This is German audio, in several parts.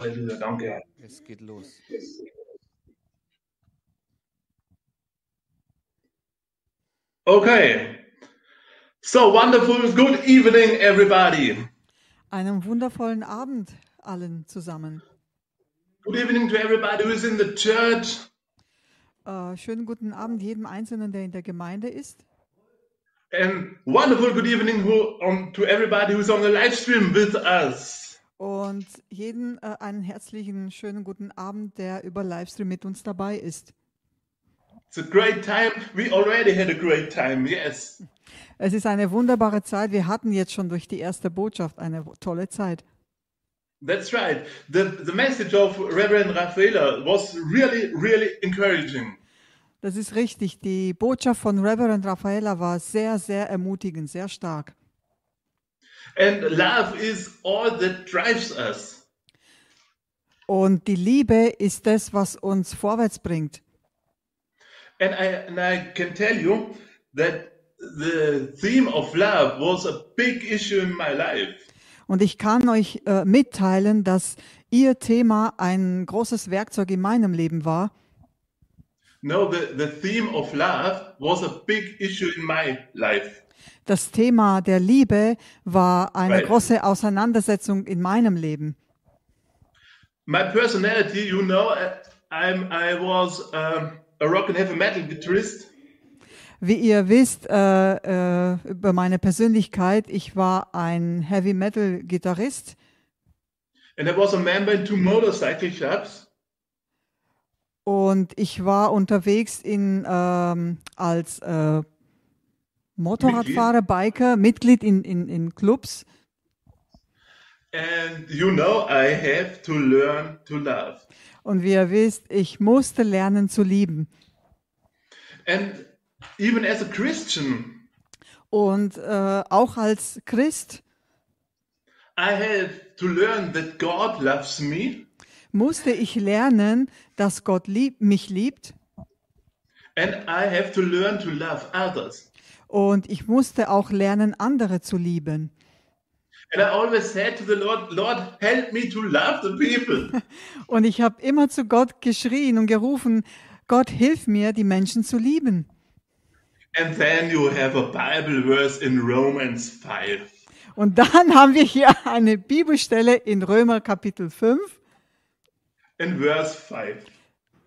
Halleluja, danke. Es geht los. Okay. So wonderful. Good evening, everybody. Einen wundervollen Abend allen zusammen. Good evening to everybody who is in the church. Äh, schönen guten Abend jedem Einzelnen, der in der Gemeinde ist. And wonderful good evening who, um, to everybody who's on the live stream with us. Und jeden äh, einen herzlichen, schönen guten Abend, der über Livestream mit uns dabei ist. It's a great time. We already had a great time. Yes. Es ist eine wunderbare Zeit. Wir hatten jetzt schon durch die erste Botschaft eine wo- tolle Zeit. That's right. The, the message of Reverend Rafaela was really, really encouraging. Das ist richtig. Die Botschaft von Reverend Raffaella war sehr, sehr ermutigend, sehr stark. And love is all that drives us. Und die Liebe ist das, was uns vorwärts bringt. And I, and I can tell you that the theme of love was a big issue in my life. Und ich kann euch äh, mitteilen, dass ihr Thema ein großes Werkzeug in meinem Leben war. No, the, the theme of love was a big issue in my life. Das Thema der Liebe war eine Right. große Auseinandersetzung in meinem Leben. My personality, you know, I- I'm, I was um, a rock and heavy metal guitarist. Wie ihr wisst äh, äh, über meine Persönlichkeit, ich war ein Heavy Metal Gitarrist And I was a member in two motorcycle clubs. und ich war unterwegs in, ähm, als äh, Motorradfahrer, Biker, Mitglied in, in, in Clubs. And you know, I have to learn to love. Und wie ihr wisst, ich musste lernen zu lieben. And even as a Christian, Und äh, auch als Christ I have to learn that God loves me musste ich lernen, dass Gott lieb, mich liebt and I have to learn to love others. und ich musste auch lernen, andere zu lieben. And I always said to the Lord, Lord, help me to love the people. Und ich habe immer zu Gott geschrien und gerufen, Gott, hilf mir, die Menschen zu lieben. and then you have a Bible verse in Romans 5. Und dann haben wir hier eine Bibelstelle in Römer Kapitel 5, In verse 5.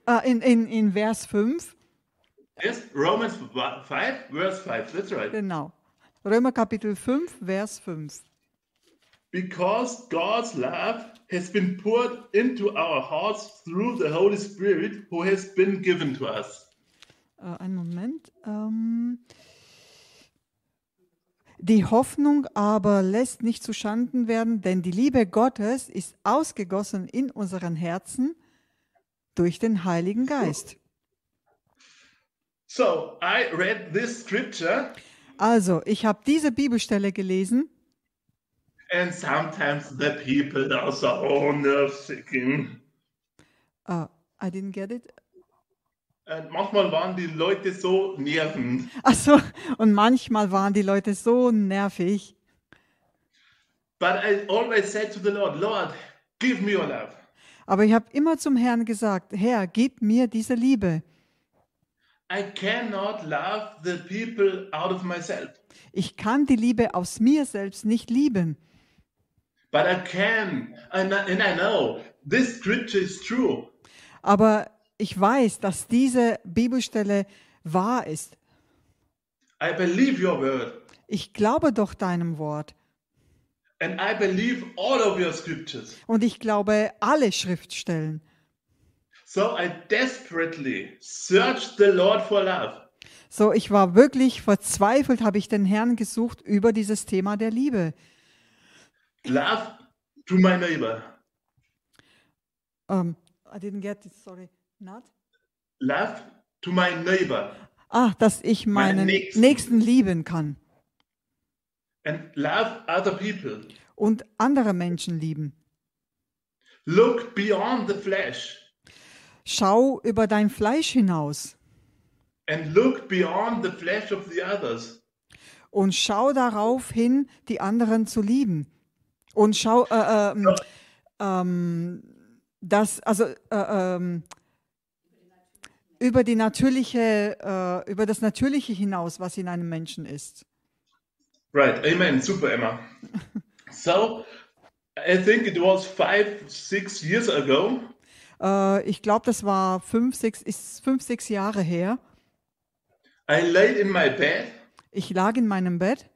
äh, in, in, in Vers 5, Yes, Romans 5, verse 5. That's right. genau. Römer Kapitel 5, Vers 5. Because God's love has been poured into our hearts through the Holy Spirit who has been given to us. Äh, einen Moment. Ähm, die Hoffnung aber lässt nicht zuschanden werden, denn die Liebe Gottes ist ausgegossen in unseren Herzen durch den Heiligen Geist. So I read this scripture, Also, ich habe diese Bibelstelle gelesen and sometimes the people are so nerve seeking. Ah, I didn't get it. Und manchmal waren die Leute so nervend. Achso, Also, und manchmal waren die Leute so nervig. But I always said to the Lord, Lord, give me your love. Aber ich habe immer zum Herrn gesagt, Herr, gib mir diese Liebe. I cannot love the people out of myself, Ich kann die Liebe aus mir selbst nicht lieben. but I can. And I, and I know this scripture is true. Aber ich weiß, dass diese Bibelstelle wahr ist. I believe your word, Ich glaube doch deinem Wort. and I believe all of your scriptures. Und ich glaube alle Schriftstellen. So I desperately searched the Lord for love. So, ich war wirklich verzweifelt, habe ich den Herrn gesucht über dieses Thema der Liebe. Love to my neighbor, Ähm, I didn't get it, sorry. Not? love to my neighbor, Ah, dass ich Meinen meinen Nächsten. Nächsten. lieben kann and love other people. und andere Menschen lieben. Look beyond the flesh Schau über dein Fleisch hinaus and look beyond the flesh of the others. und schau darauf hin, die anderen zu lieben. Und schau, äh, ähm, ähm, das, also äh, ähm, über die natürliche, äh, über das Natürliche hinaus, was in einem Menschen ist. Right. Amen. Super, Emma. so, I think it was five, six years ago. Äh, ich glaube, das war fünf, sechs, ist fünf, sechs Jahre her. I laid in my bed Ich lag in meinem Bett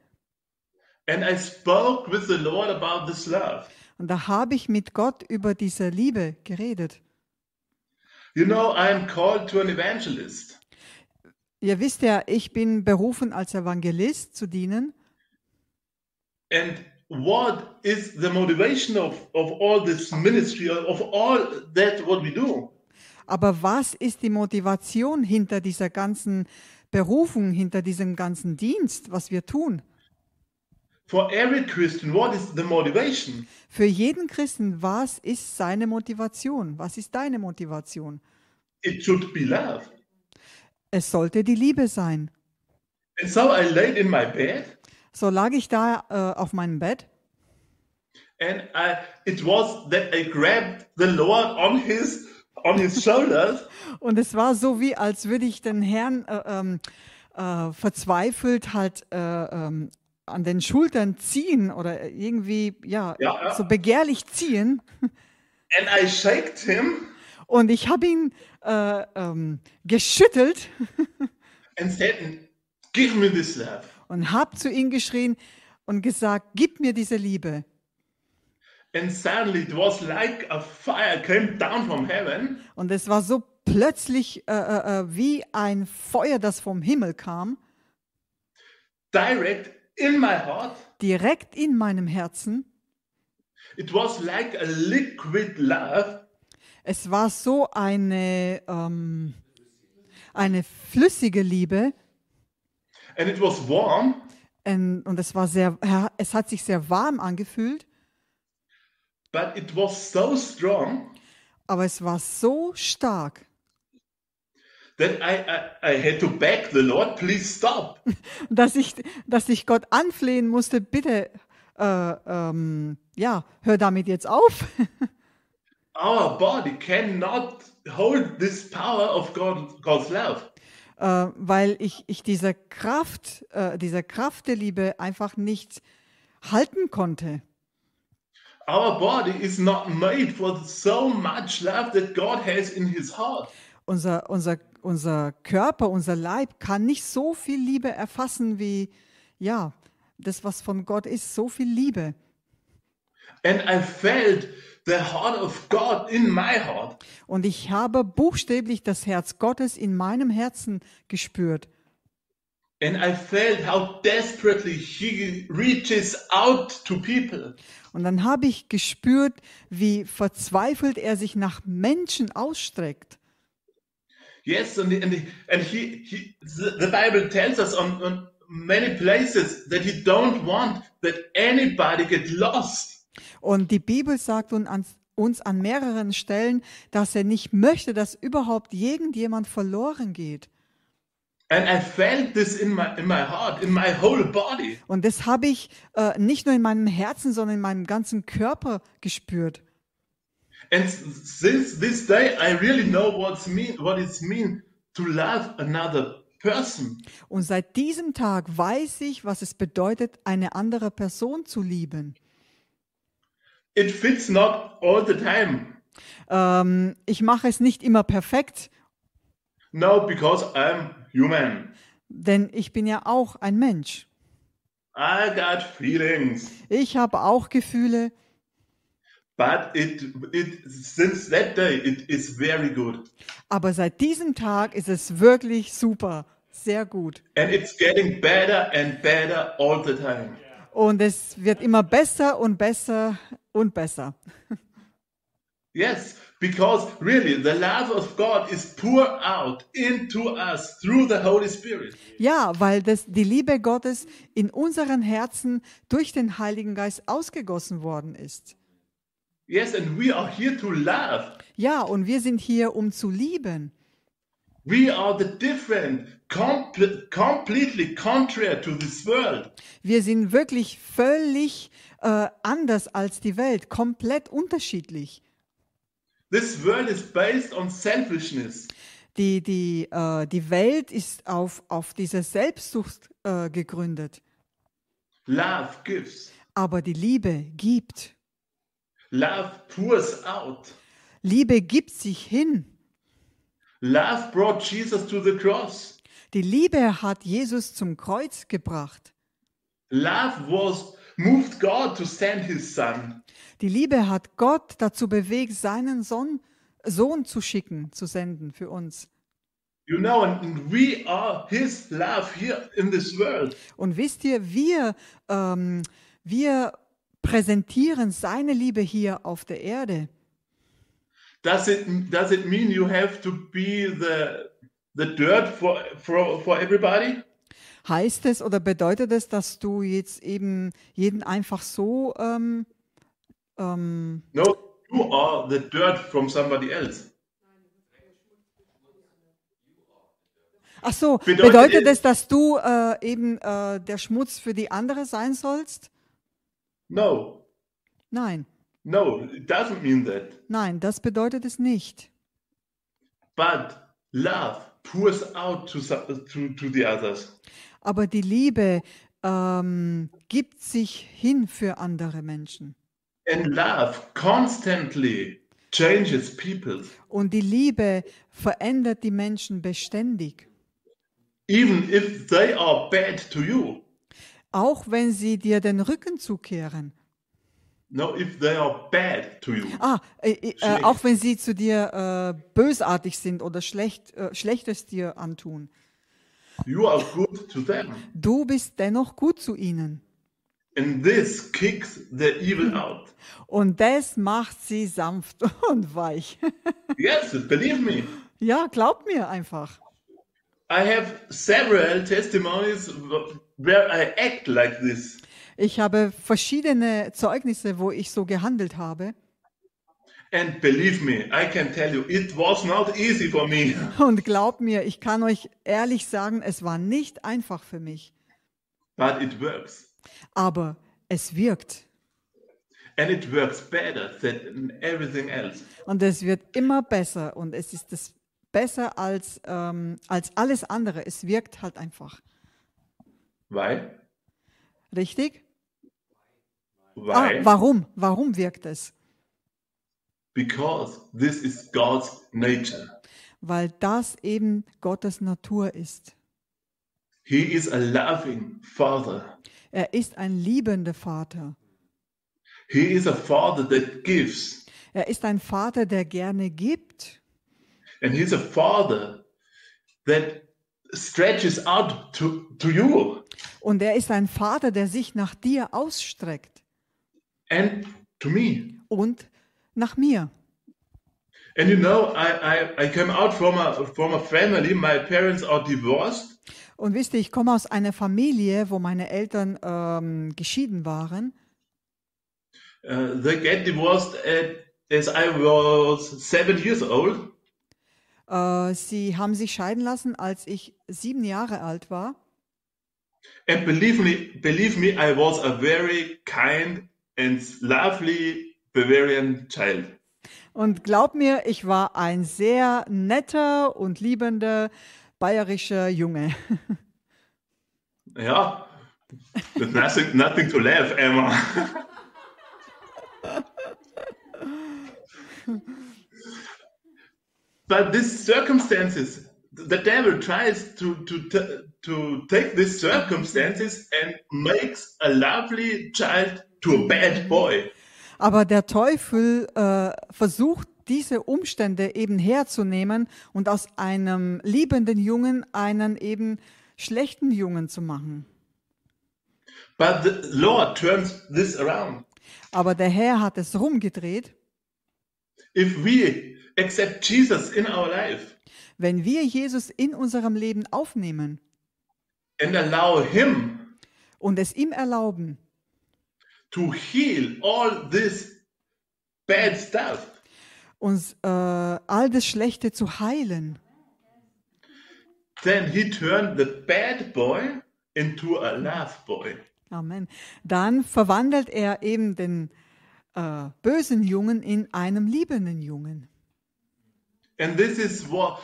and I spoke with the Lord about this love. und da habe ich mit Gott über diese Liebe geredet. You know, I am called to an evangelist. Ihr wisst ja, ich bin berufen als Evangelist zu dienen. And what is the motivation of, of all this ministry, of of all that what we do? Aber was ist die Motivation hinter dieser ganzen Berufung, hinter diesem ganzen Dienst, was wir tun? For every Christian, what is the motivation? Für jeden Christen, was ist seine Motivation? Was ist deine Motivation? It should be love. Es sollte die Liebe sein. And so I laid in my bed So lag ich da äh, auf meinem Bett and I it was that I grabbed the Lord on his on his shoulders und es war so wie, als würde ich den Herrn äh, ähm, äh, verzweifelt halt äh, ähm, an den Schultern ziehen oder irgendwie ja, Ja, ja. so begehrlich ziehen. and I shaked him Und ich habe ihn äh, ähm, geschüttelt and said, Give me this love. und habe zu ihm geschrien und gesagt, gib mir diese Liebe. And suddenly it was like a fire came down from heaven Und es war so plötzlich äh, äh, äh, wie ein Feuer, das vom Himmel kam, direct in my heart. direkt in meinem Herzen. It was like a liquid love Es war so eine, ähm, eine flüssige Liebe and it was warm ähm, und es, war sehr, es hat sich sehr warm angefühlt, but it was so strong aber es war so stark, that I, I, I had to beg the Lord, please stop. dass ich, dass ich Gott anflehen musste, bitte, äh, ähm, ja, hör damit jetzt auf. Our body cannot hold this power of God, God's love. äh, weil ich, ich diese Kraft, äh, dieser Kraft der Liebe einfach nicht halten konnte. Our body is not made for so much love that God has in his heart. Unser, unser, unser Körper, unser Leib kann nicht so viel Liebe erfassen wie, ja, das, was von Gott ist, so viel Liebe. And I felt the heart of God in my heart. Und ich habe buchstäblich das Herz Gottes in meinem Herzen gespürt. And I felt how desperately he reaches out to people. Und dann habe ich gespürt, wie verzweifelt er sich nach Menschen ausstreckt. Yes, and and and he, he the, the Bible tells us on, on many places that he don't want that anybody get lost. Und die Bibel sagt un- an- uns an mehreren Stellen, dass er nicht möchte, dass überhaupt irgendjemand verloren geht. And I felt this in my in my heart, in my whole body. Und das habe ich äh, nicht nur in meinem Herzen, sondern in meinem ganzen Körper gespürt. And s- since this day, I really know what's mean what it's mean to love another person. Und seit diesem Tag weiß ich, was es bedeutet, eine andere Person zu lieben. It fits not all the time. Ähm, ich mache es nicht immer perfekt, No, because I'm human. denn ich bin ja auch ein Mensch. I got feelings. Ich habe auch Gefühle, But it it since that day it is very good. aber seit diesem Tag ist es wirklich super, sehr gut. And it's getting better and better all the time. Und es wird immer besser und besser und besser. Yes, because really the love of God is poured out into us through the Holy Spirit. Ja, weil das, die Liebe Gottes in unseren Herzen durch den Heiligen Geist ausgegossen worden ist. Yes, and we are here to love. Ja, und wir sind hier, um zu lieben. We are the different, comple- completely contrary to this world. Wir sind wirklich völlig äh, anders als die Welt, komplett unterschiedlich. This world is based on selfishness. Die, die, äh, die Welt ist auf, auf diese Selbstsucht äh, gegründet, Love gives. aber die Liebe gibt. Love pours out. Liebe gibt sich hin. Love brought Jesus to the cross. Die Liebe hat Jesus zum Kreuz gebracht. Love was moved God to send his son. Die Liebe hat Gott dazu bewegt, seinen Sohn, Sohn zu schicken, zu senden für uns. You know, and, and we are his love here in this world. Und wisst ihr, wir, ähm, wir präsentieren seine Liebe hier auf der Erde. Does it does it mean you have to be the the dirt for for for everybody? Heißt es oder bedeutet es, dass du jetzt eben jeden einfach so, ähm, ähm, No, you are the dirt from somebody else. ach so, Bedeutet bedeutet, es- es, dass du äh, eben äh, der Schmutz für die andere sein sollst? No, Nein, no, it doesn't mean that. nein, das bedeutet es nicht. But love pours out to some- to to the others. Aber die Liebe ähm, gibt sich hin für andere Menschen. And love constantly changes people, Und die Liebe verändert die Menschen beständig. even if they are bad to you. Auch wenn sie dir den Rücken zukehren. No, if they are bad to you. Ah, äh, äh, äh, Schlecht. auch wenn sie zu dir äh, bösartig sind oder schlecht, äh, Schlechtes dir antun. You are good to them. Du bist dennoch gut zu ihnen. And this kicks the evil out. Und das macht sie sanft und weich. Yes, believe me. Ja, glaub mir einfach. I have several testimonies w- where I act like this. Ich habe verschiedene Zeugnisse, wo ich so gehandelt habe. And believe me, I can tell you, it was not easy for me. Und glaub mir, ich kann euch ehrlich sagen, es war nicht einfach für mich. But it works. Aber es wirkt. And it works better than everything else. Und es wird immer besser. Und es ist das besser als, ähm, als alles andere. Es wirkt halt einfach. Why? Richtig? Ah, Why? warum? Warum wirkt es? Because this is God's nature. Weil das eben Gottes Natur ist. He is a loving father. Er ist ein liebender Vater. He is a father that gives. Er ist ein Vater, der gerne gibt. And he's a father that stretches out to, to you Und er ist ein Vater, der sich nach dir ausstreckt and to me. und nach mir. And you know, I, I, I came out from a from a family. My parents are divorced, Und wisst ihr, ich komme aus einer Familie, wo meine Eltern ähm, geschieden waren. Uh, they get divorced at, as I was seven years old, Äh, sie haben sich scheiden lassen, als ich sieben Jahre alt war. and believe me, believe me, I was a very kind and lovely Bavarian child. Und glaub mir, ich war ein sehr netter und liebender bayerischer Junge. Yeah, there's er nothing nothing to laugh, Emma. but these circumstances, the devil tries to to t- to take these circumstances and makes a lovely child to a bad boy. Aber der Teufel äh, versucht, diese Umstände eben herzunehmen und aus einem liebenden Jungen einen eben schlechten Jungen zu machen. But the Lord turns this around. Aber der Herr hat es rumgedreht If we accept Jesus in our life Wenn wir Jesus in unserem Leben aufnehmen and allow Him und es ihm erlauben, to heal all this bad stuff, uns äh, all das Schlechte zu heilen, then he turned the bad boy into a love boy. Amen, dann verwandelt er eben den äh, bösen Jungen in einen liebenden Jungen. And this is what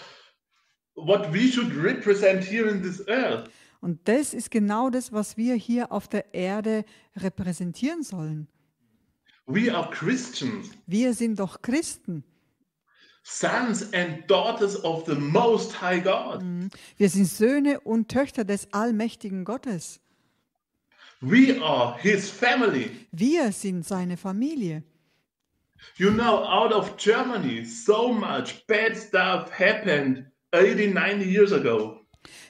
what we should represent here in this earth. Und das ist genau das, was wir hier auf der Erde repräsentieren sollen. We are Christians, Wir sind doch Christen. sons and daughters of the Most High God. Wir sind Söhne und Töchter des allmächtigen Gottes. We are His family. Wir sind seine Familie. You know, out of Germany, so much bad stuff happened 80, 90 years ago.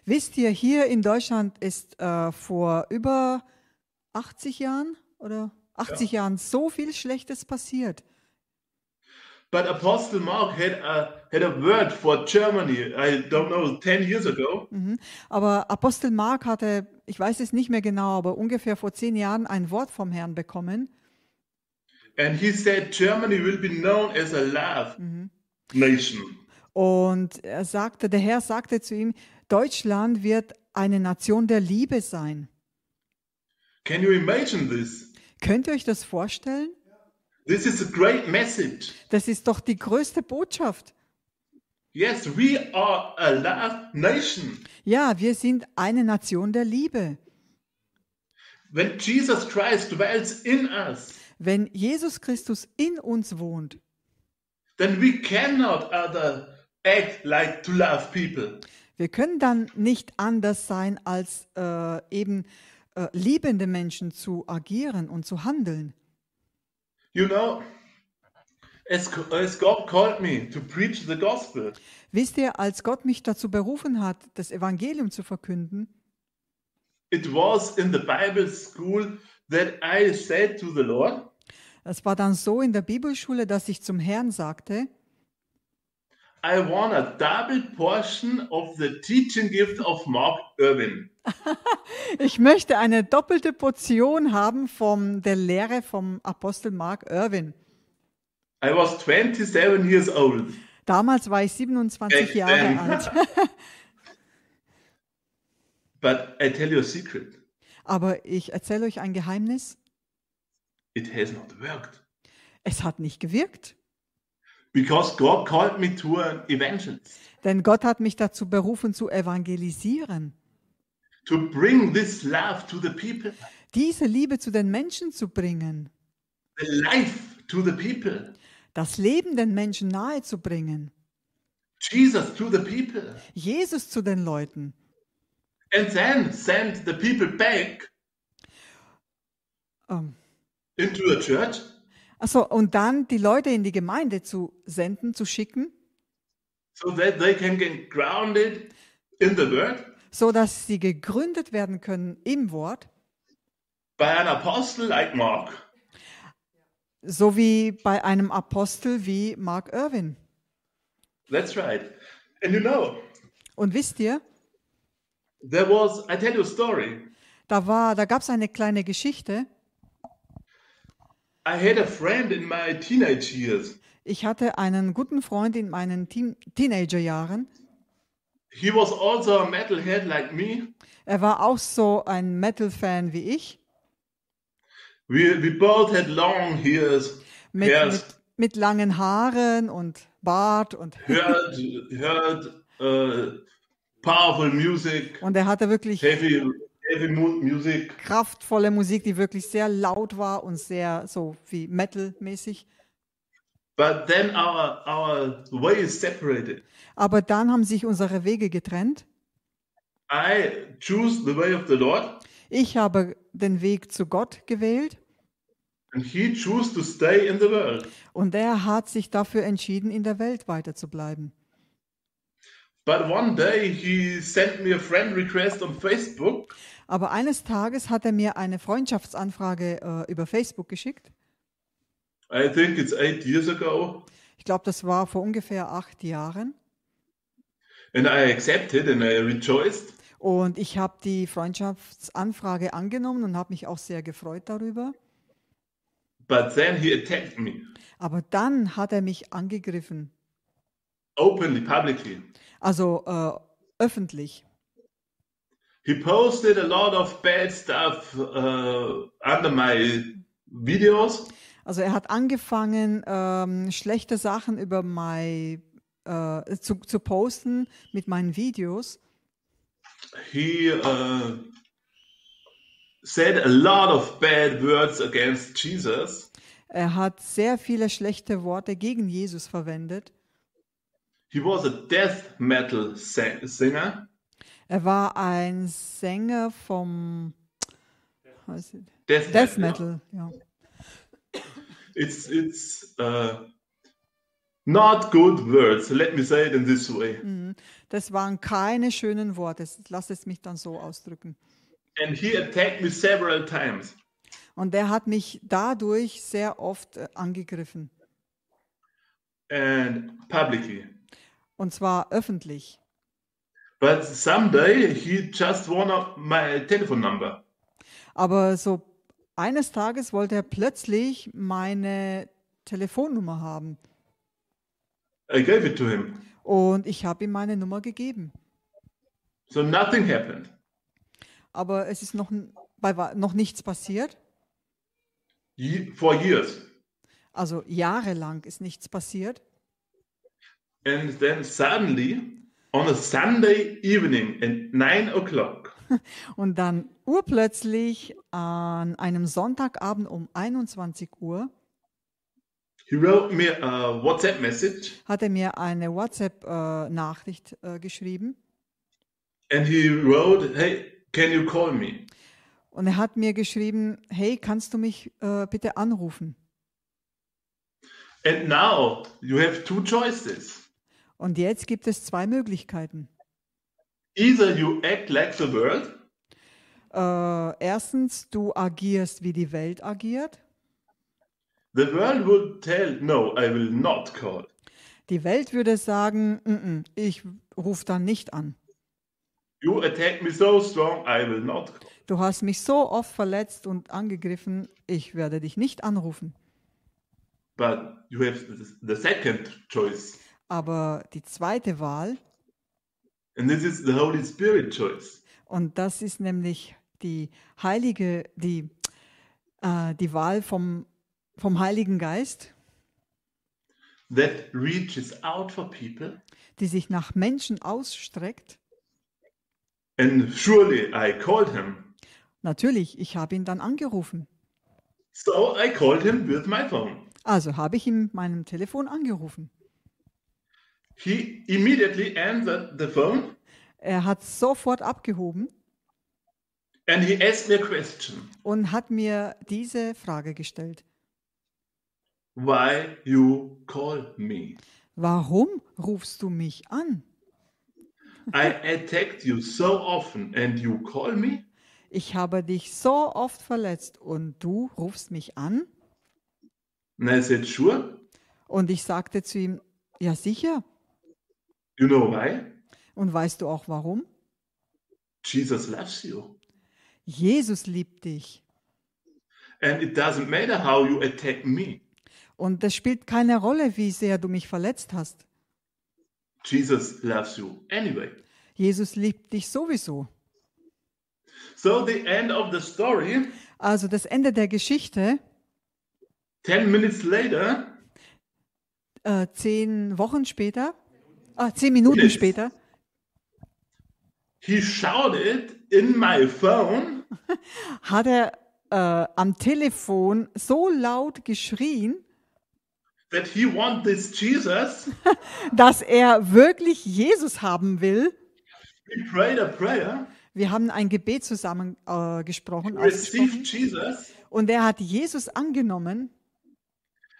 Wisst ihr, hier in Deutschland ist äh, vor über 80 Jahren oder 80 Jahren so viel Schlechtes passiert. But Apostle Mark had a had a word for Germany. I don't know, ten years ago. Mhm. Aber Apostel Mark hatte, ich weiß es nicht mehr genau, aber ungefähr vor zehn Jahren ein Wort vom Herrn bekommen. And he said Germany will be known as a love nation. Und er sagte, der Herr sagte zu ihm, Deutschland wird eine Nation der Liebe sein. Can you imagine this? Könnt ihr euch das vorstellen? This is a great message. Das ist doch die größte Botschaft. Yes, we are a love nation. Ja, wir sind eine Nation der Liebe. When Jesus Christ dwells in us, Wenn Jesus Christus in uns wohnt, then we cannot other act like to love people. wir können dann nicht anders sein, als äh, eben äh, liebende Menschen zu agieren und zu handeln. You know, as, as God called me to preach the gospel, Wisst ihr, als Gott mich dazu berufen hat, das Evangelium zu verkünden, it was in the Bible school that I said to the Lord, das war dann so in der Bibelschule, dass ich zum Herrn sagte, I want a double portion of the teaching gift of Mark Irwin. ich möchte eine doppelte Portion haben von der Lehre vom Apostel Mark Irwin. I was 27 years old. Damals war ich 27 Echt, Jahre ähm. alt. But I tell you a secret. Aber ich erzähle euch ein Geheimnis. It has not worked. Es hat nicht gewirkt. Because God called me to an evangelist. Denn Gott hat mich dazu berufen, zu evangelisieren. To bring this love to the people. Diese Liebe zu den Menschen zu bringen. The life to the people. Das Leben den Menschen nahe zu bringen. Jesus to the people. Jesus zu den Leuten. And then send the people back Ähm, into a church also, und dann die Leute in die Gemeinde zu senden, zu schicken, so that they can get grounded in the word so dass sie gegründet werden können im Wort, by an apostle like Mark. so wie bei einem Apostel wie Mark Irwin. That's right. And you know, Und wisst ihr, there was, I tell you a story. da war, da gab es eine kleine Geschichte. I had a friend in my teenage years. Ich hatte einen guten Freund in meinen Teen Teenagerjahren. He was also a metalhead like me. Er war auch so ein Metal-Fan wie ich. We, we both had long hairs, Mit, Yes. mit, mit langen Haaren und Bart und, heard, heard uh, powerful music, und er hatte wirklich heavy, heavy mu- music. kraftvolle Musik, die wirklich sehr laut war und sehr so wie Metal-mäßig. But then our, our ways separated. Aber dann haben sich unsere Wege getrennt. I choose the way of the Lord, Ich habe den Weg zu Gott gewählt and he chose to stay in the world. und er hat sich dafür entschieden, in der Welt weiterzubleiben. But one day he sent me a friend request on Facebook, Aber eines Tages hat er mir eine Freundschaftsanfrage äh, über Facebook geschickt. I think it's eight years ago, Ich glaube, das war vor ungefähr acht Jahren. and I accepted and I rejoiced. Und ich habe die Freundschaftsanfrage angenommen und habe mich auch sehr gefreut darüber. But then he attacked me Aber dann hat er mich angegriffen, openly, publicly. also äh, öffentlich. He posted a lot of bad stuff uh, under my videos, Also er hat angefangen, ähm, schlechte Sachen über mein äh, zu, zu posten mit meinen Videos. He uh, said a lot of bad words against Jesus. Er hat sehr viele schlechte Worte gegen Jesus verwendet. He was a death metal sa- singer. Er war ein Sänger vom was ist es? Death, Death Metal. Ja. It's it's uh, not good words. Let me say it in this way. Mhm. Das waren keine schönen Worte. Lass es mich dann so ausdrücken. And he attacked me several times. Und er hat mich dadurch sehr oft äh, angegriffen. and publicly. Und zwar öffentlich. But someday he just wanted my telephone number. Aber so eines Tages wollte er plötzlich meine Telefonnummer haben. I gave it to him. Und ich habe ihm meine Nummer gegeben. So nothing happened. Aber es ist noch, n- bei, wa- noch nichts passiert. Ye- For years. Also jahrelang ist nichts passiert. And then suddenly, on a Sunday evening at 9 o'clock, Und dann urplötzlich an einem Sonntagabend um 21 Uhr he wrote me a WhatsApp message hat er mir eine WhatsApp-Nachricht äh, geschrieben. and he wrote, Hey, can you call me? Und er hat mir geschrieben, hey, kannst du mich äh, bitte anrufen? And now you have two choices. Und jetzt gibt es zwei Möglichkeiten. Either you act like the world, Äh, erstens, du agierst, wie die Welt agiert. the world would tell, No, I will not call. Die Welt würde sagen, "Mm-mm, ich rufe dann nicht an. You attack me so strong, I will not call. Du hast mich so oft verletzt und angegriffen, ich werde dich nicht anrufen. But you have th- the second choice, Aber die zweite Wahl, and this is the Holy Spirit choice. und das ist nämlich die heilige, die, äh, die Wahl vom, vom Heiligen Geist, That reaches out for people, die sich nach Menschen ausstreckt. and surely I called him. Natürlich, ich habe ihn dann angerufen. So I called him with my phone. Also habe ich ihn mit meinem Telefon angerufen. He immediately answered the phone Er hat sofort abgehoben and he asked me a question und hat mir diese Frage gestellt. Why you call me? Warum rufst du mich an? I attacked you so often and you call me? Ich habe dich so oft verletzt und du rufst mich an? And I said, Sure. Und ich sagte zu ihm, ja sicher. You know why? Und weißt du auch warum? Jesus loves you. Jesus liebt dich. And it doesn't matter how you attack me. Und es spielt keine Rolle, wie sehr du mich verletzt hast. Jesus loves you anyway. Jesus liebt dich sowieso. So the end of the story, Also das Ende der Geschichte, 10 minutes later, äh, zehn Wochen später, ah, zehn Minuten Yes. später, he shouted in my phone, hat er äh, am Telefon so laut geschrien, that he wants this Jesus. dass er wirklich Jesus haben will. He prayed a prayer, Wir haben ein Gebet zusammen äh, gesprochen, received ausgesprochen, Jesus, und er hat Jesus angenommen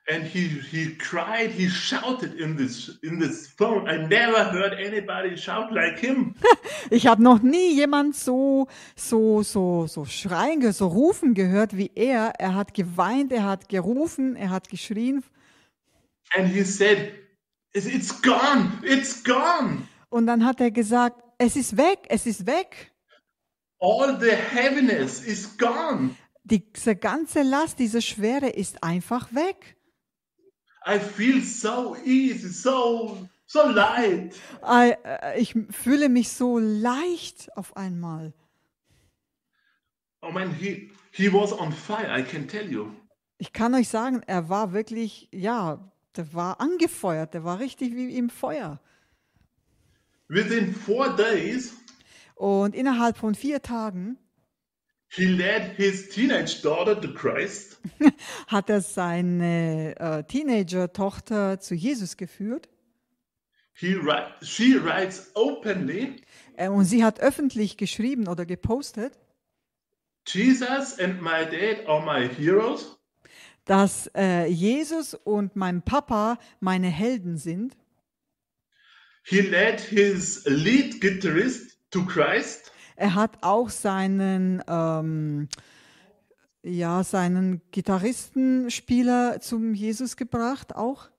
and he, he cried, he shouted in this in this phone. I never heard anybody shout like him. Ich habe noch nie jemand so, so, so, so schreien, ge- so rufen gehört wie er. Er hat geweint, er hat gerufen, er hat geschrien. and he said, "It's- It's gone, it's gone. Und dann hat er gesagt, es ist weg, es ist weg. All the heaviness is gone. Diese ganze Last, diese Schwere ist einfach weg. I feel so easy, so so light. Ei, äh, Ich fühle mich so leicht auf einmal. Oh man, he he was on fire. I can tell you. Ich kann euch sagen, er war wirklich, ja, der war angefeuert, der war richtig wie im Feuer. Within four days, Und innerhalb von vier Tagen he led his teenage daughter to Christ. hat er seine äh, Teenager-Tochter zu Jesus geführt He wri- she writes openly, äh, und sie hat öffentlich geschrieben oder gepostet, Jesus and my dad are my heroes. dass äh, Jesus und mein Papa meine Helden sind. He led his lead guitarist to Christ. Er hat auch seinen, ähm, ja, seinen Gitarristenspieler zum Jesus gebracht, auch.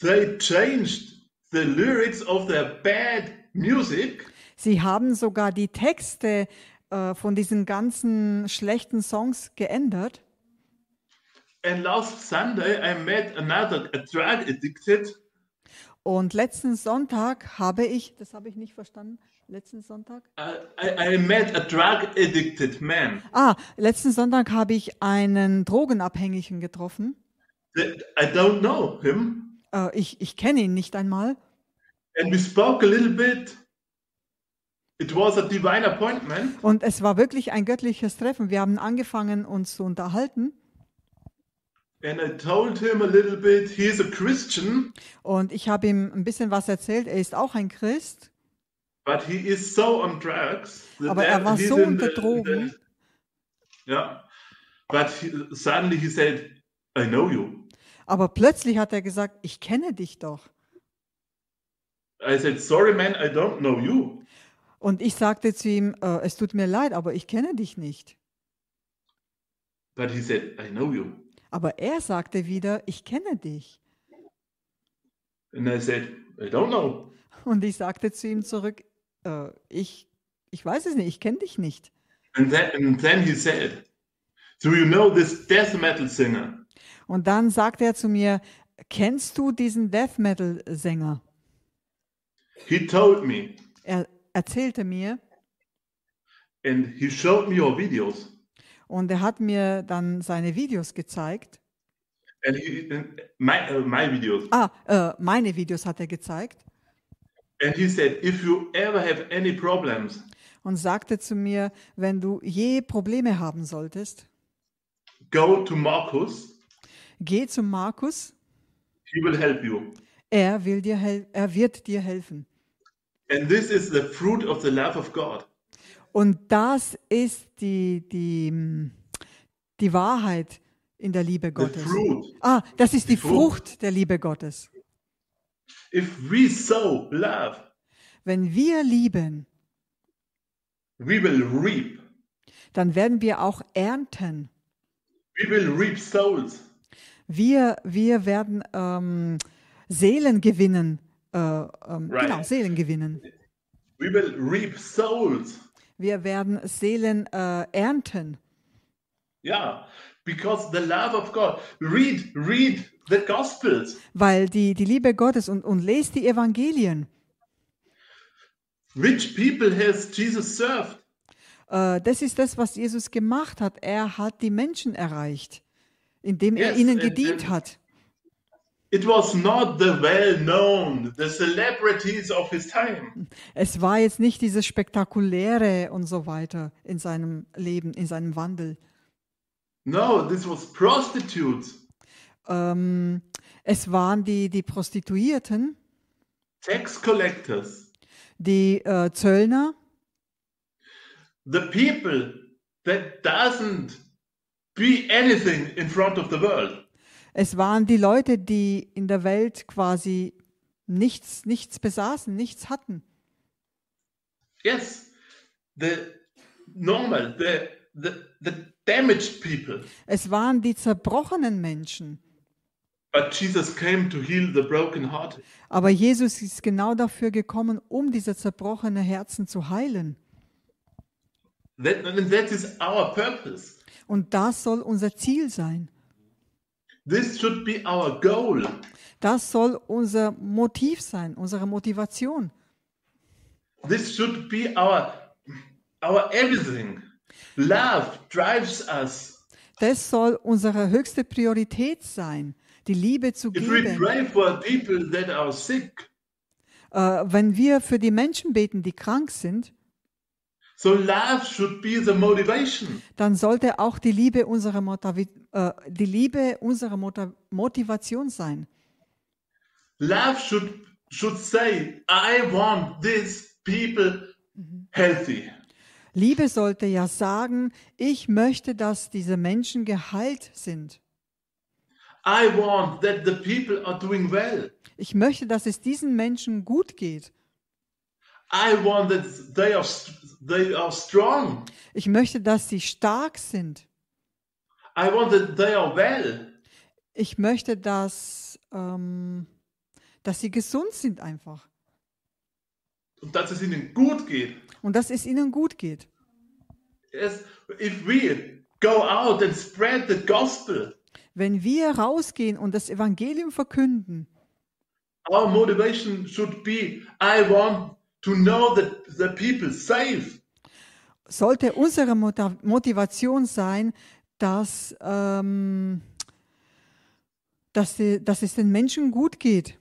They changed the lyrics of their bad music Sie haben sogar die Texte äh, von diesen ganzen schlechten Songs geändert. And last Sunday, I met another a drug addicted Und letzten Sonntag habe ich, das habe ich nicht verstanden, letzten Sonntag? Uh, I, I met a drug addicted man. Ah, letzten Sonntag habe ich einen Drogenabhängigen getroffen. The- I don't know him. Äh, ich ich kenne ihn nicht einmal. And we spoke a little bit. It was a divine appointment. Und es war wirklich ein göttliches Treffen. Wir haben angefangen, uns zu unterhalten. And I told him a little bit. He is a Christian, Und ich habe ihm ein bisschen was erzählt. Er ist auch ein Christ. but he is so on drugs. that Aber er there- war he's so in unter the- Drogen. the- yeah. But he, suddenly he said, I know you. Aber plötzlich hat er gesagt, ich kenne dich doch. I said, sorry, man, I don't know you. Und ich sagte zu ihm, äh, es tut mir leid, aber ich kenne dich nicht. But he said, I know you. Aber er sagte wieder, ich kenne dich. And I said, I don't know. Und ich sagte zu ihm zurück, äh, ich, ich weiß es nicht, ich kenne dich nicht. And then, and then he said, Do you know this death metal singer? Und dann sagte er zu mir, kennst du diesen Death Metal-Sänger? He told me, Er erzählte mir and he showed me your videos. und er hat mir dann seine Videos gezeigt. And, he, and my, uh, my videos. Ah, äh, meine Videos hat er gezeigt And he said, If you ever have any problems, und sagte zu mir, wenn du je Probleme haben solltest, go to Marcus. geh zu Markus, He will help you. er, will dir hel er wird dir helfen. And this is the fruit of the love of God. Und das ist die, die, mm, die Wahrheit in der Liebe The Gottes. fruit. Ah, das ist die Frucht. Frucht der Liebe Gottes. If we sow love, Wenn wir lieben, we will reap. dann werden wir auch ernten. We will reap souls. Wir, wir werden ähm, Seelen gewinnen. Äh, ähm, Right. Genau, Seelen gewinnen. We will reap souls. Wir werden Seelen äh, ernten. Yeah, because the love of God. Read, read the Gospels. Weil die, die Liebe Gottes und, und lest die Evangelien. Which people has Jesus served? Äh, das ist das, was Jesus gemacht hat. Er hat die Menschen erreicht, indem er Yes, ihnen and- gedient and- hat. It was not the well-known, the celebrities of his time. Es war jetzt nicht dieses Spektakuläre und so weiter in seinem Leben, in seinem Wandel. No, this was prostitutes, Ähm, es waren die, die Prostituierten, tax collectors, die äh, Zöllner, the people that doesn't be anything in front of the world. es waren die Leute, die in der Welt quasi nichts, nichts besaßen, nichts hatten. Yes, the normal, the the, the damaged people. Es waren die zerbrochenen Menschen. But Jesus came to heal the broken heart. Aber Jesus ist genau dafür gekommen, um diese zerbrochenen Herzen zu heilen. That, and that is our purpose. Und das soll unser Ziel sein. This should be our goal. Das soll unser Motiv sein, unsere Motivation. This should be our our everything. Love drives us. Das soll unsere höchste Priorität sein. die Liebe zu If we geben. pray for people that are sick, Äh, wenn wir für die Menschen beten, die krank sind, so love should be the motivation. dann sollte auch die Liebe unsere, Motavi äh, die Liebe unsere Mota Motivation sein. Love should should say, I want these people healthy. Liebe sollte ja sagen, ich möchte, dass diese Menschen geheilt sind. I want that the people are doing well. Ich möchte, dass es diesen Menschen gut geht. I want that they are st- they are strong. Ich möchte, dass sie stark sind. I want that they are well. Ich möchte, dass, ähm, dass sie gesund sind einfach Und dass es ihnen gut geht. und dass es ihnen gut geht. Yes, if we go out and spread the gospel, Wenn wir rausgehen und das Evangelium verkünden, our motivation should be I want to know that the people safe. sollte unsere Mota- Motivation sein, dass, ähm, dass, sie, dass es den Menschen gut geht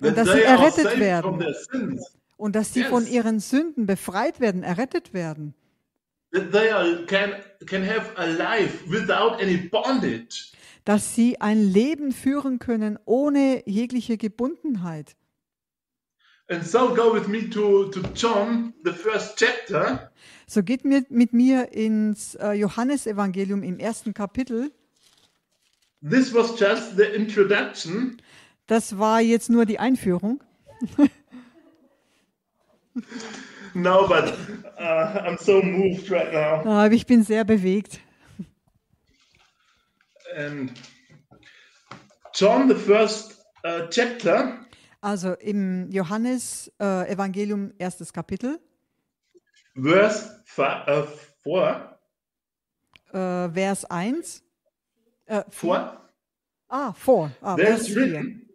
That dass sie they are errettet safe werden. from their sins. und dass sie Yes. von ihren Sünden befreit werden, errettet werden. That they are, can, can have a life without any bondage. Dass sie ein Leben führen können ohne jegliche Gebundenheit. And so go with me to, to John, the first chapter, So geht mir, mit mir ins äh, Johannesevangelium im ersten Kapitel. This was just the introduction. Das war jetzt nur die Einführung. No, but uh, I'm so moved right now. Aber Äh, ich bin sehr bewegt. And John, the first uh, chapter, Also im Johannes äh, Evangelium erstes Kapitel, verse fi- uh, 4. äh, Vers 1. Äh, 4. ah, 4. Ah, Vers There's 4. written,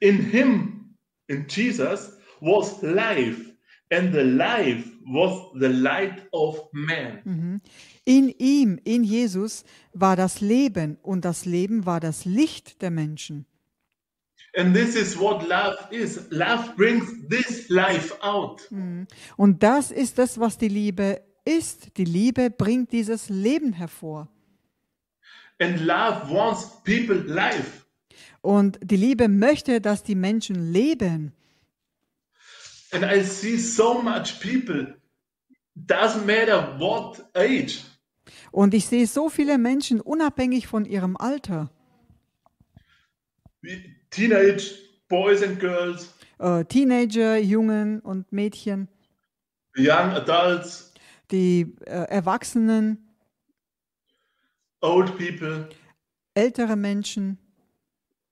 in him, in Jesus, was life, and the life was the light of man. In ihm, in Jesus, war das Leben und das Leben war das Licht der Menschen. And this is what love is. Love brings this life out. Und das ist das, was die Liebe ist. Die Liebe bringt dieses Leben hervor. And love wants people life. Und die Liebe möchte, dass die Menschen leben. And I see so much people, doesn't matter what age, Und ich sehe so viele Menschen unabhängig von ihrem Alter. teenage boys and girls, Äh, Teenager, Jungen und Mädchen, young adults, die äh, Erwachsenen, old people, ältere Menschen.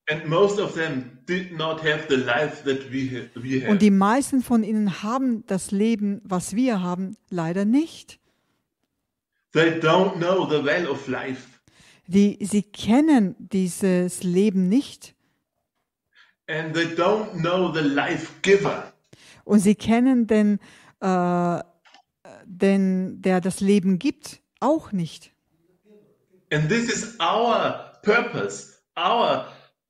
and most of them did not have the life that we have. We have. Und die meisten von ihnen haben das Leben, was wir haben, leider nicht. They don't know the well of life, Die, sie kennen dieses Leben nicht and they don't know the life giver. und sie kennen den, äh, den der das Leben gibt, auch nicht. And this is our purpose, our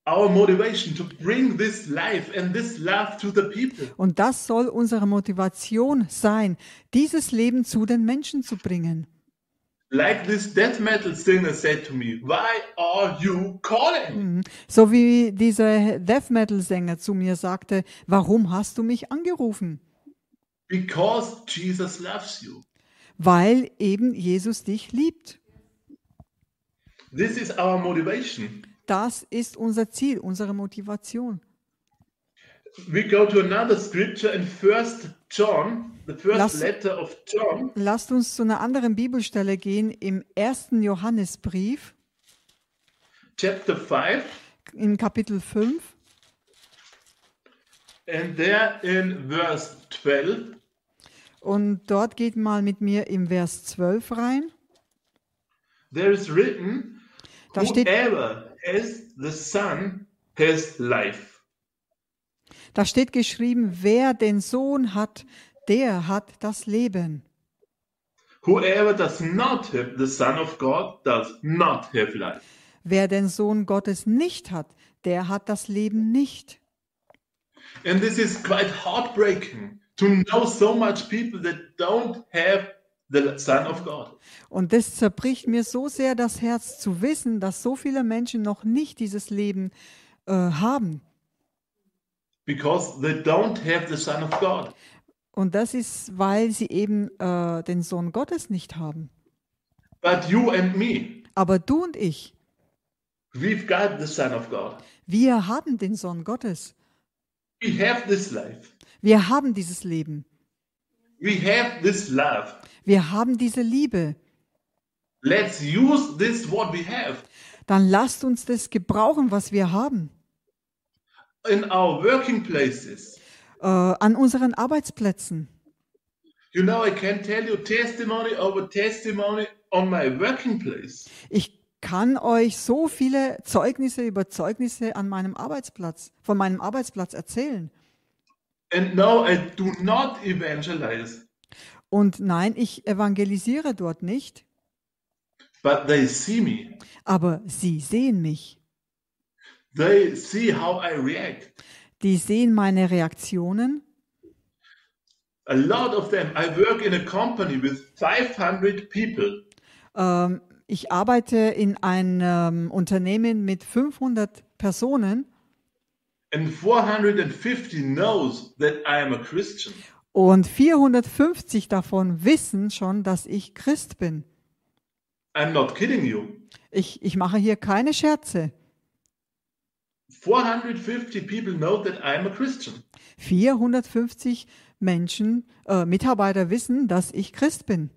our motivation to bring this life and this love to the people. Und das soll unsere Motivation sein, dieses Leben zu den Menschen zu bringen. Like this death metal singer said to me, "Why are you calling?" Mhm. So wie dieser Death Metal Sänger zu mir sagte, warum hast du mich angerufen? Because Jesus loves you. Weil eben Jesus dich liebt. This is our motivation. Das ist unser Ziel, unsere Motivation. We go to another scripture in First John, the first Lass- letter of John, Lasst uns zu einer anderen Bibelstelle gehen im ersten Johannesbrief chapter five, im Kapitel 5 and there in verse twelve. und dort geht mal mit mir im Vers 12 rein. There is written, Da steht- "Whoever has the Son has life." Da steht geschrieben, wer den Sohn hat, der hat das Leben. Whoever does not have the Son of God does not have life. Wer den Sohn Gottes nicht hat, der hat das Leben nicht. And this is quite heartbreaking to know so much people that don't have the Son of God. Und das zerbricht mir so sehr das Herz zu wissen, dass so viele Menschen noch nicht dieses Leben äh, haben. Because they don't have the Son of God. Und das ist, weil sie eben äh, den Sohn Gottes nicht haben. But you and me, Aber du und ich, we've got the Son of God. wir haben den Sohn Gottes. We have this life. Wir haben dieses Leben. We have this love. Wir haben diese Liebe. Let's use this what we have Dann lasst uns das gebrauchen, was wir haben. in our working places. Äh, an unseren Arbeitsplätzen. You know, I can tell you testimony over testimony on my working place. Ich kann euch so viele Zeugnisse über Zeugnisse an meinem Arbeitsplatz, von meinem Arbeitsplatz erzählen. And no, I do not evangelize, Und nein, ich evangelisiere dort nicht, but they see me. aber sie sehen mich. They see how I react. Die sehen meine Reaktionen. A lot of them, I work in a company with 500 people. Ähm, ich arbeite in einem ähm, Unternehmen mit 500 Personen And 450 knows that I am a Christian. und 450 davon wissen schon, dass ich Christ bin. I'm not kidding you. Ich, ich mache hier keine Scherze. 450 people know that I am a Christian. 450 Menschen, äh, Mitarbeiter wissen, dass ich Christ bin.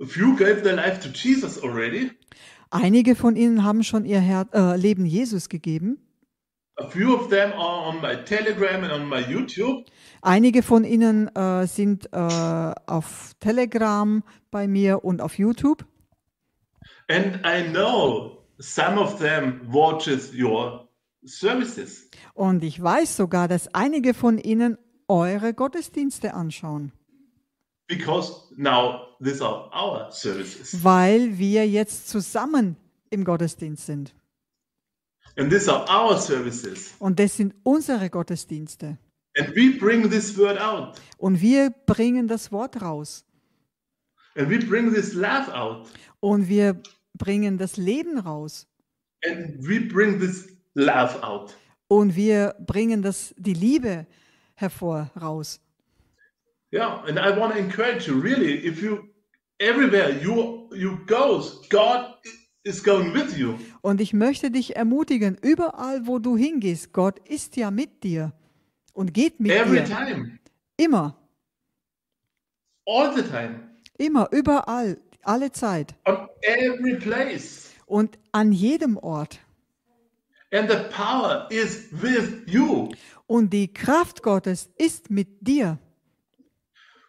A few gave their life to Jesus already. Einige von ihnen haben schon ihr Her äh, Leben Jesus gegeben. A few of them are on my Telegram and on my YouTube. Einige von ihnen äh, sind äh, auf Telegram bei mir und auf YouTube. And I know some of them watches your services. Und ich weiß sogar, dass einige von ihnen eure Gottesdienste anschauen, because now these are our services weil wir jetzt zusammen im Gottesdienst sind. and these are our services Und das sind unsere Gottesdienste. and we bring this word out Und wir bringen das Wort raus. and we bring this love out Und wir bringen das Leben raus. and we bring this love out Und wir bringen das, die Liebe hervor raus. yeah and i want to encourage you really if you everywhere you you go god is going with you Und ich möchte dich ermutigen, überall, wo du hingehst, Gott ist ja mit dir und geht mit every dir. time Immer, all the time immer, überall, alle Zeit on every place und an jedem Ort. and the power is with you Und die Kraft Gottes ist mit dir.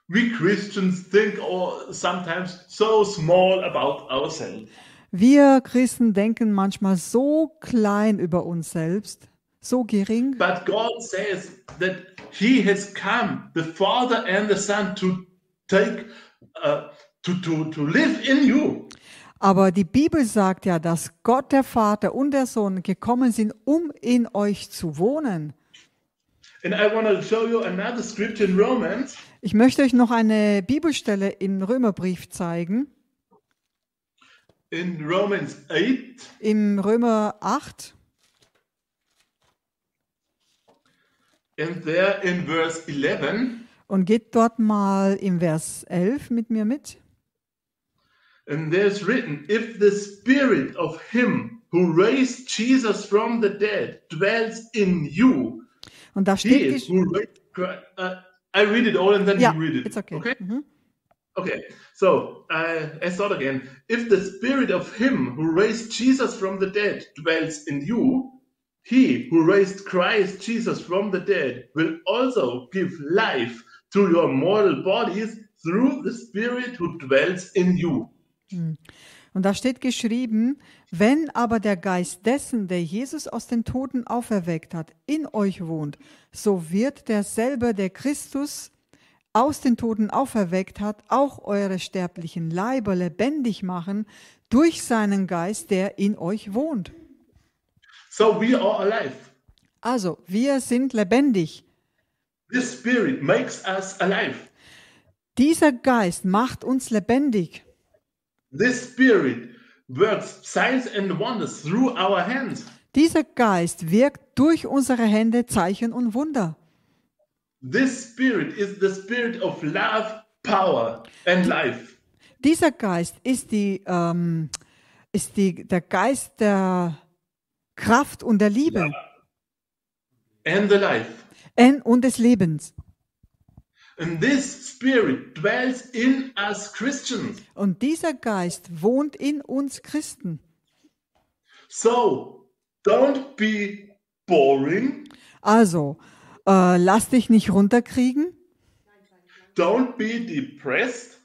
we Christians think or sometimes so small about ourselves. Wir Christen denken manchmal so klein über uns selbst, so gering, But God says that He has come, the Father and the Son, to take, uh, to, to, to live in you. aber die Bibel sagt ja, dass Gott der Vater und der Sohn gekommen sind, um in euch zu wohnen. And I want to show you another scripture in Romans. Ich möchte euch noch eine Bibelstelle im Römerbrief zeigen. In Romans 8, Im Römer 8, and there in verse 11, und geht dort mal im Vers 11 mit mir mit. and there's written, If the spirit of Him who raised Jesus from the dead dwells in you, Und da He steht, is gesch- who raised Christ. Uh, I read it all and then ja, you read it. it's okay. Okay. Mhm. Okay. So I I start again. If the spirit of him who raised Jesus from the dead dwells in you, he who raised Christ Jesus from the dead will also give life to your mortal bodies through the spirit who dwells in you. Und da steht geschrieben, wenn aber der Geist dessen, der Jesus aus den Toten auferweckt hat, in euch wohnt, so wird derselbe, der Christus aus den Toten auferweckt hat, auch eure sterblichen Leiber lebendig machen durch seinen Geist, der in euch wohnt. So we are alive. Also, wir sind lebendig. This spirit makes us alive. Dieser Geist macht uns lebendig. This spirit works signs and wonders through our hands. Dieser Geist wirkt durch unsere Hände Zeichen und Wunder. This spirit is the spirit of love, power and life. Dieser Geist ist, die, ähm, ist die, der Geist der Kraft und der Liebe And the life. en- und des Lebens. And this spirit dwells in us Christians. Und dieser Geist wohnt in uns Christen. So don't be boring. Also, äh, lass dich nicht runterkriegen, Don't be depressed.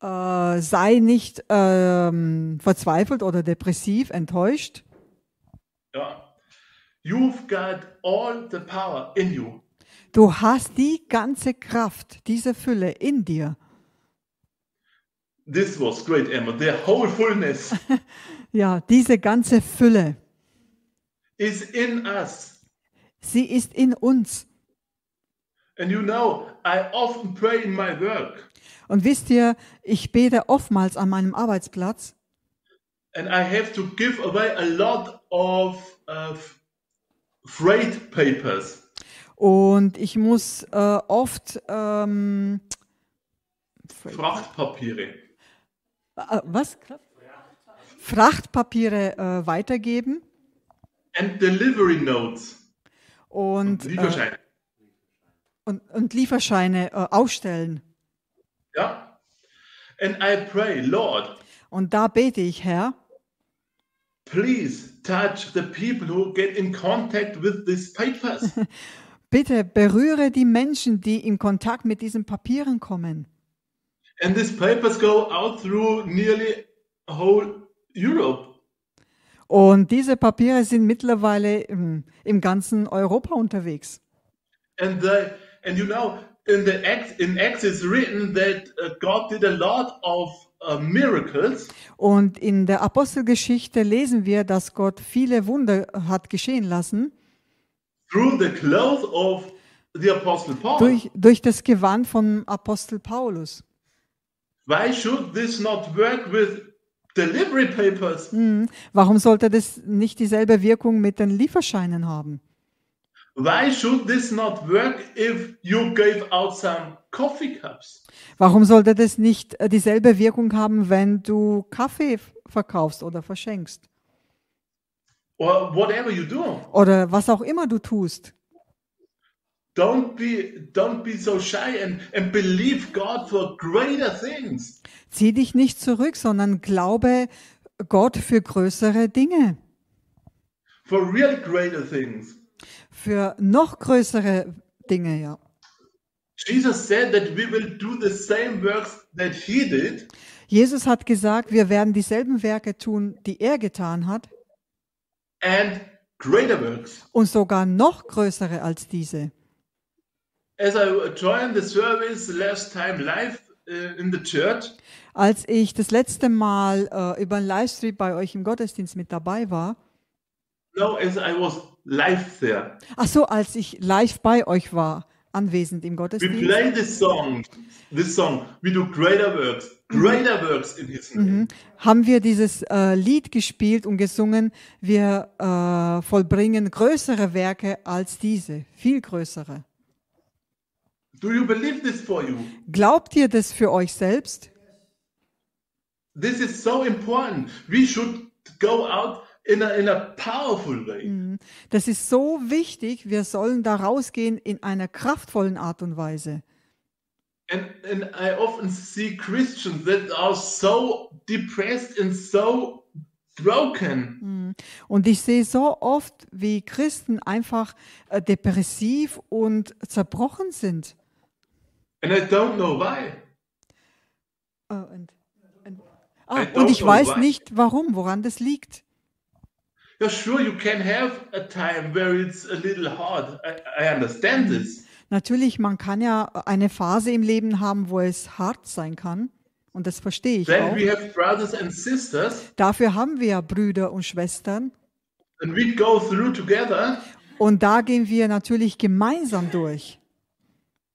äh, sei nicht ähm, verzweifelt oder depressiv, enttäuscht. Yeah. You've got all the power in you. Du hast die ganze Kraft, diese Fülle in dir. This was great, Emma. The whole fullness Ja, diese ganze Fülle, is in us. sie ist in uns. And you know, I often pray in my work, Und wisst ihr, ich bete oftmals an meinem Arbeitsplatz and I have to give away a lot of uh, freight papers. und ich muss äh, oft... Ähm, Frachtpapiere. Äh, was? Frachtpapiere äh, weitergeben And delivery notes. und, äh, Lieferschein. und, und Lieferscheine äh, ausstellen. Yeah. And I pray, Lord, Und da bete ich, Herr, please touch the people who get in contact with these papers. bitte berühre die Menschen, die in Kontakt mit diesen Papieren kommen. and these papers go out through nearly whole Europe. Und diese Papiere sind mittlerweile im, im ganzen Europa unterwegs. And the, and you know, in the Acts, in Acts it's written that uh, God did a lot of uh, miracles, Und in der Apostelgeschichte lesen wir, dass Gott viele Wunder hat geschehen lassen through the clothes of the Apostle Paul. durch, durch das Gewand vom Apostel Paulus. Why should this not work with delivery papers? Hm, Warum sollte das nicht dieselbe Wirkung mit den Lieferscheinen haben? Why should this not work if you gave out some coffee cups? Warum sollte das nicht äh, dieselbe Wirkung haben, wenn du Kaffee f- verkaufst oder verschenkst? Or whatever you do. Oder was auch immer du tust. Don't be don't be so shy and, and believe God for greater things. Zieh dich nicht zurück, sondern glaube Gott für größere Dinge, For real greater things. für noch größere Dinge, ja. Jesus said that we will do the same works that he did, Jesus hat gesagt, wir werden dieselben Werke tun, die er getan hat, and greater works. und sogar noch größere als diese. As I joined the service last time live uh, in the church, Als ich das letzte Mal äh, über einen Livestream bei euch im Gottesdienst mit dabei war, no, as I was live there, ach so, als ich live bei euch war, anwesend im we Gottesdienst, play this song. This song, we do greater works, greater works in his name. haben wir dieses äh, Lied gespielt und gesungen, wir äh, vollbringen größere Werke als diese, viel größere. Do you believe this for you? Glaubt ihr das für euch selbst? This is so important. We should go out in a, in a powerful way. Das ist so wichtig, wir sollen da rausgehen in einer kraftvollen Art und Weise. And and I often see Christians that are so depressed and so broken. Und ich sehe so oft, wie Christen einfach äh, depressiv und zerbrochen sind. And I don't know why. Äh, und, und, ah, I don't und ich know weiß why. nicht, warum, woran das liegt. Yeah, sure, you can have a time where it's a little hard. I, I understand this. Natürlich, man kann ja eine Phase im Leben haben, wo es hart sein kann. Und das verstehe ich Then auch. we have brothers and sisters, Dafür haben wir ja Brüder und Schwestern. and we go through together. Und da gehen wir natürlich gemeinsam durch.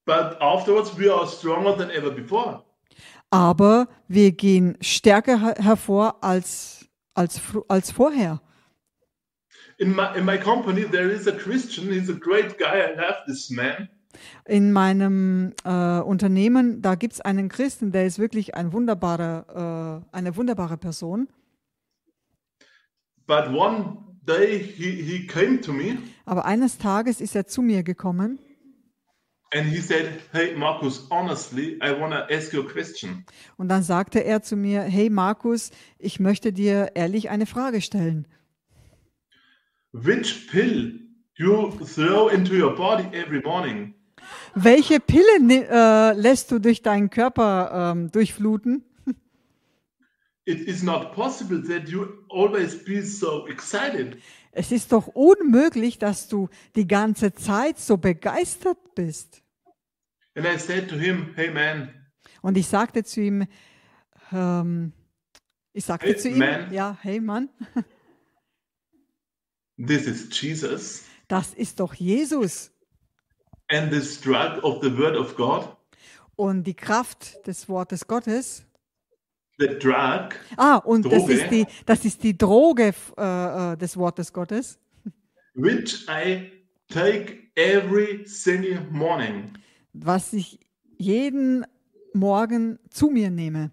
But afterwards, we are stronger than ever before. Aber wir gehen stärker her- hervor als, als, fr- als vorher. In my in my company, there is a Christian. He's a great guy. I love this man. In meinem äh, Unternehmen, da gibt es einen Christen, der ist wirklich ein wunderbarer, äh, eine wunderbare Person. But one day, he he came to me Aber eines Tages ist er zu mir gekommen and he said, "Hey, Markus, honestly, I wanna ask you a question." und dann sagte er zu mir, hey Markus, ich möchte dir ehrlich eine Frage stellen. Which pill you throw into your body every morning? Welche Pille ni- äh, lässt du durch deinen Körper ähm, durchfluten? It is not possible that you always be so excited. Es ist doch unmöglich, dass du die ganze Zeit so begeistert bist. And I said to him, "Hey, man, Und ich sagte zu ihm, ähm, ich sagte Hey, zu ihm, man. ja, hey Mann, this is Jesus, das ist doch Jesus. and this drug of the Word of God, Und die Kraft des Wortes Gottes. the drug, Ah, und das Droge. ist die, das ist die Droge f- äh, äh, des Wortes Gottes, which I take every single morning." was ich jeden Morgen zu mir nehme.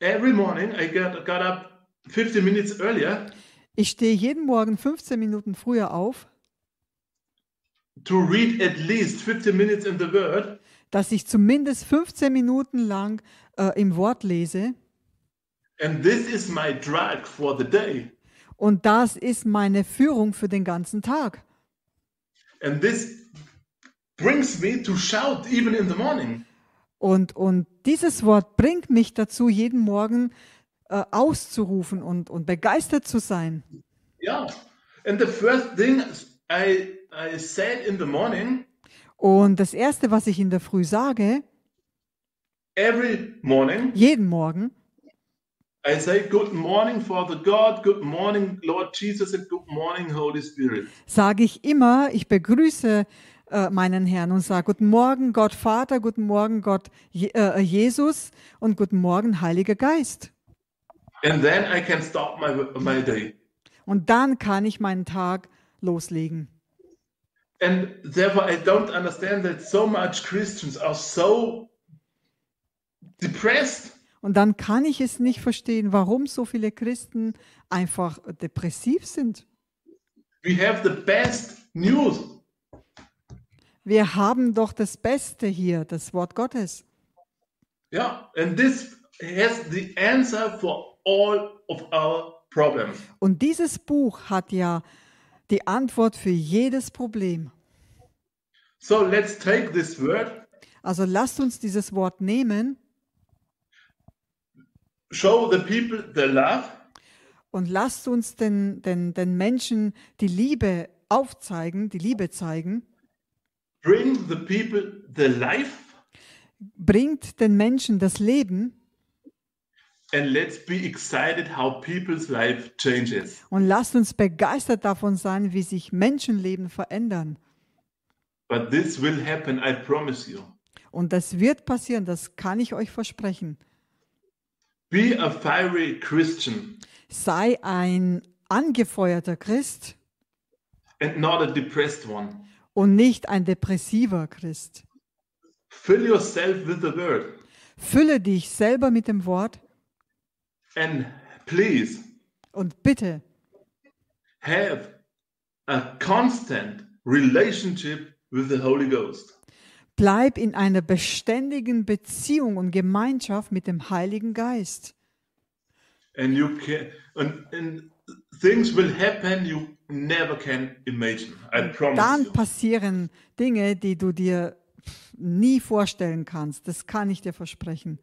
Every morning, I got got up 15 minutes earlier Ich stehe jeden Morgen 15 Minuten früher auf, to read at least 15 minutes in the Word, dass ich zumindest 15 Minuten lang äh, im Wort lese. and this is my drug for the day. Und das ist meine Führung für den ganzen Tag. And this brings me to shout even in the morning. Und, und dieses Wort bringt mich dazu, jeden Morgen äh, auszurufen und, und begeistert zu sein. Yeah. And the first thing I I said in the morning, Und das Erste, was ich in der Früh sage, every morning, jeden Morgen, I say, Good morning, Father God, good morning, Lord Jesus, and good morning, Holy Spirit. sage ich immer, ich begrüße äh, meinen Herrn und sage, guten Morgen Gott Vater, guten Morgen Gott Je äh, Jesus und guten Morgen Heiliger Geist. And then I can start my my day. Und dann kann ich meinen Tag loslegen. And therefore I don't understand that so much Christians are so depressed Und dann kann ich es nicht verstehen, warum so viele Christen einfach depressiv sind. we have the best news. Wir haben doch das Beste hier, das Wort Gottes. Yeah, and this has the answer for all of our problems. Und dieses Buch hat ja die Antwort für jedes Problem. So let's take this word, Also lasst uns dieses Wort nehmen show the people the love, und lasst uns den, den, den Menschen die Liebe aufzeigen, die Liebe zeigen. bring the people the life, Bringt den Menschen das Leben and let's be excited how people's life changes. und lasst uns begeistert davon sein, wie sich Menschenleben verändern. But this will happen, I promise you. Und das wird passieren, das kann ich euch versprechen. Be a fiery Christian Sei ein angefeuerter Christ and not a depressed one. und nicht ein depressiver Christ. Fill yourself with the word Fülle dich selber mit dem Wort and please und bitte have a constant relationship with the Holy Ghost. bleib in einer beständigen Beziehung und Gemeinschaft mit dem Heiligen Geist. and you can and, and things will happen you never can imagine i promise Dann you. passieren Dinge, die du dir pff, nie vorstellen kannst. Das kann ich dir versprechen.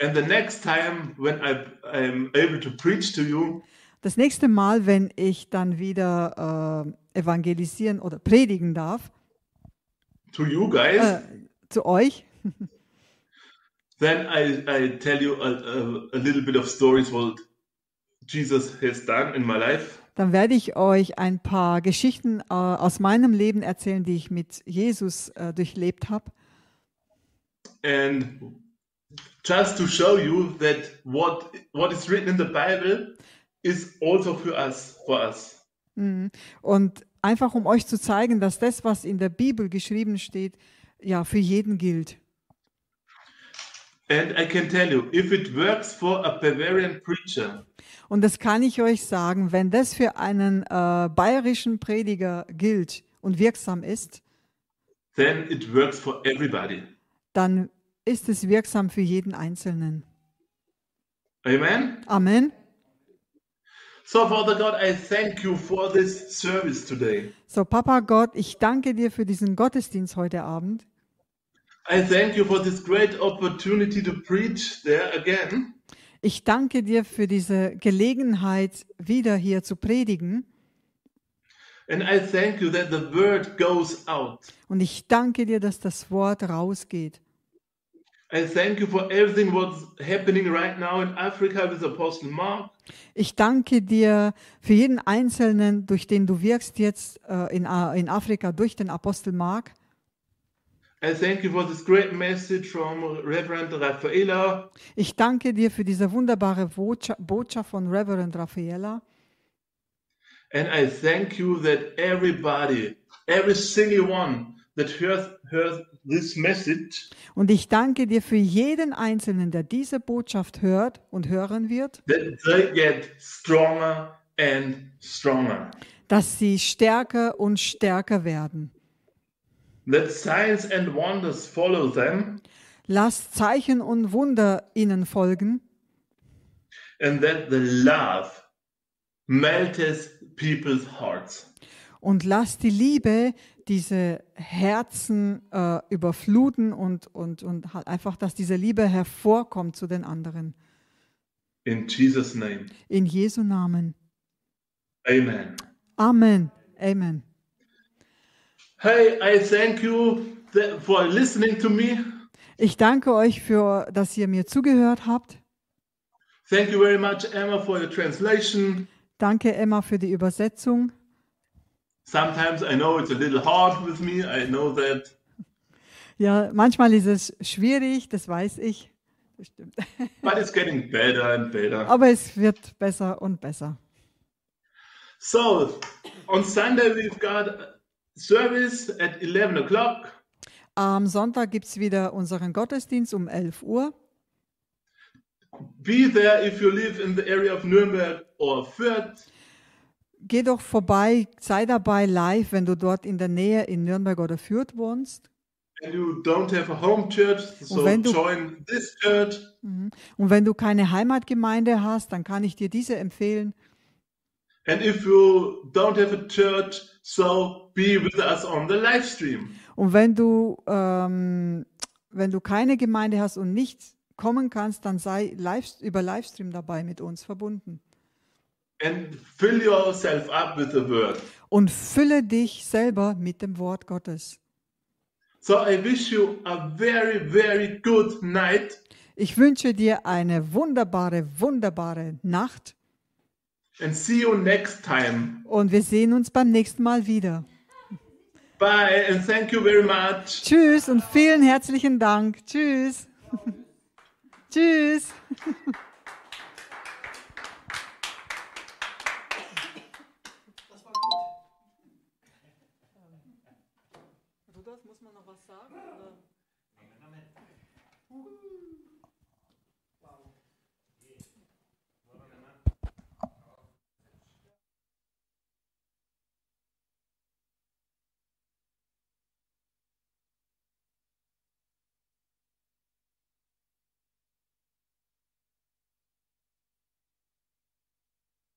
and the next time when I, i'm able to preach to you Das nächste Mal, wenn ich dann wieder äh, evangelisieren oder predigen darf, Uh. to you guys äh, zu euch, Then I, I tell you a, a, a little bit of stories what Jesus has done in my life. Dann werde ich euch ein paar Geschichten äh, aus meinem Leben erzählen, die ich mit Jesus äh, durchlebt habe. And just to show you that what what is written in the Bible is also for us, for us. Mhm. Und einfach um euch zu zeigen, dass das, was in der Bibel geschrieben steht, ja für jeden gilt. And I can tell you, if it works for a Bavarian preacher, Und das kann ich euch sagen, wenn das für einen äh, bayerischen Prediger gilt und wirksam ist, then it works for everybody. dann ist es wirksam für jeden Einzelnen. Amen. Amen. So, Father God, I thank you for this service today. So, Papa Gott, ich danke dir für diesen Gottesdienst heute Abend. I thank you for this great opportunity to preach there again. Ich danke dir für diese Gelegenheit, wieder hier zu predigen. And I thank you that the word goes out. Und ich danke dir, dass das Wort rausgeht. I thank you for everything what's happening right now in Africa with Apostle Mark. Ich danke dir für jeden Einzelnen, durch den du wirkst jetzt äh, in, A- in Afrika, durch den Apostel Mark. I thank you for this great message from Reverend Rafaela. Ich danke dir für diese wunderbare Botscha- Botschaft von Reverend Raffaella. And I thank you that everybody, every single one that hears, hears this message, Und ich danke dir für jeden Einzelnen, der diese Botschaft hört und hören wird, that they get stronger and stronger. dass sie stärker und stärker werden. That signs and wonders follow them, Lass Zeichen und Wunder ihnen folgen and that the love melts people's hearts. und lass die Liebe diese Herzen äh, überfluten und, und, und halt einfach, dass diese Liebe hervorkommt zu den anderen. In Jesus' name, In Jesu Namen. amen. Amen. Amen. Hey, I thank you that for listening to me. Ich danke euch für, dass ihr mir zugehört habt. Thank you very much, Emma, for your translation. Danke Emma für die Übersetzung. Sometimes I know it's a little hard with me. I know that. Ja, manchmal ist es schwierig, das weiß ich. Das stimmt. But it's getting better and better. Aber es wird besser und besser. So, on Sunday, we've got service at 11 o'clock. Am Sonntag gibt es wieder unseren Gottesdienst um 11 Uhr. Be there if you live in the area of Nuremberg or Fürth. Geh doch vorbei, sei dabei live, wenn du dort in der Nähe in Nürnberg oder Fürth wohnst. And you don't have a home church, so wenn du- join this church. Mhm. Und wenn du keine Heimatgemeinde hast, dann kann ich dir diese empfehlen. And if you don't have a church, so be with us on the live stream. Und wenn du, ähm, wenn du keine Gemeinde hast und nicht kommen kannst, dann sei live, über Livestream dabei mit uns verbunden. And fill yourself up with the word. Und fülle dich selber mit dem Wort Gottes. So I wish you a very, very good night. Ich wünsche dir eine wunderbare, wunderbare Nacht and see you next time. und wir sehen uns beim nächsten Mal wieder. Bye and thank you very much. Tschüss und vielen herzlichen Dank. Tschüss. Tschüss. Rudolf, muss man noch was sagen?